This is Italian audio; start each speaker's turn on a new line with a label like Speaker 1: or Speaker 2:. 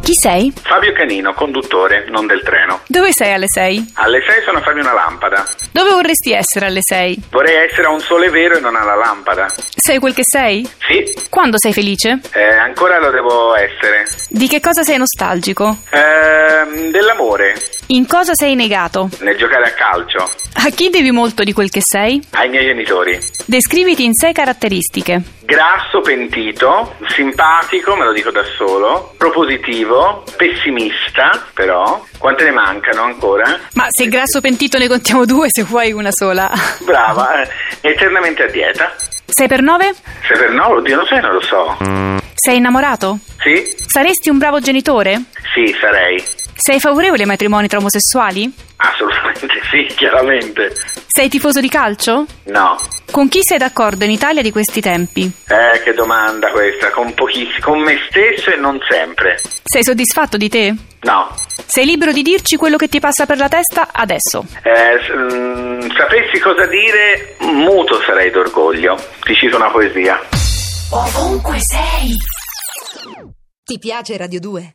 Speaker 1: Chi sei?
Speaker 2: Fabio Canino, conduttore, non del treno.
Speaker 1: Dove sei alle 6?
Speaker 2: Alle 6 sono Fabio una lampada.
Speaker 1: Dove vorresti essere alle 6?
Speaker 2: Vorrei essere a un sole vero e non alla lampada.
Speaker 1: Sei quel che sei?
Speaker 2: Sì,
Speaker 1: Quando sei felice?
Speaker 2: eh, ancora lo devo essere.
Speaker 1: Di che cosa sei nostalgico?
Speaker 2: Ehm, dell'amore,
Speaker 1: In cosa sei negato?
Speaker 2: nel giocare a calcio,
Speaker 1: A chi devi molto di quel che sei?
Speaker 2: ai miei genitori.
Speaker 1: Descriviti in sei caratteristiche.
Speaker 2: Grasso, pentito, simpatico, me lo dico da solo, propositivo, pessimista, però. Quante ne mancano ancora?
Speaker 1: Ma se grasso pentito ne contiamo due, se vuoi una sola.
Speaker 2: Brava, eh, eternamente a dieta.
Speaker 1: 6 per 9?
Speaker 2: Se per no, oddio, non so, non lo so.
Speaker 1: Sei innamorato?
Speaker 2: Sì?
Speaker 1: Saresti un bravo genitore?
Speaker 2: Sì, sarei.
Speaker 1: Sei favorevole ai matrimoni tra omosessuali?
Speaker 2: Assolutamente sì, chiaramente.
Speaker 1: Sei tifoso di calcio?
Speaker 2: No.
Speaker 1: Con chi sei d'accordo in Italia di questi tempi?
Speaker 2: Eh, che domanda questa, con pochissimi, con me stesso e non sempre.
Speaker 1: Sei soddisfatto di te?
Speaker 2: No,
Speaker 1: Sei libero di dirci quello che ti passa per la testa adesso.
Speaker 2: eh, s- mm, sapessi cosa dire, muto sarei d'orgoglio. Ti cito una poesia.
Speaker 3: Ti piace Radio 2?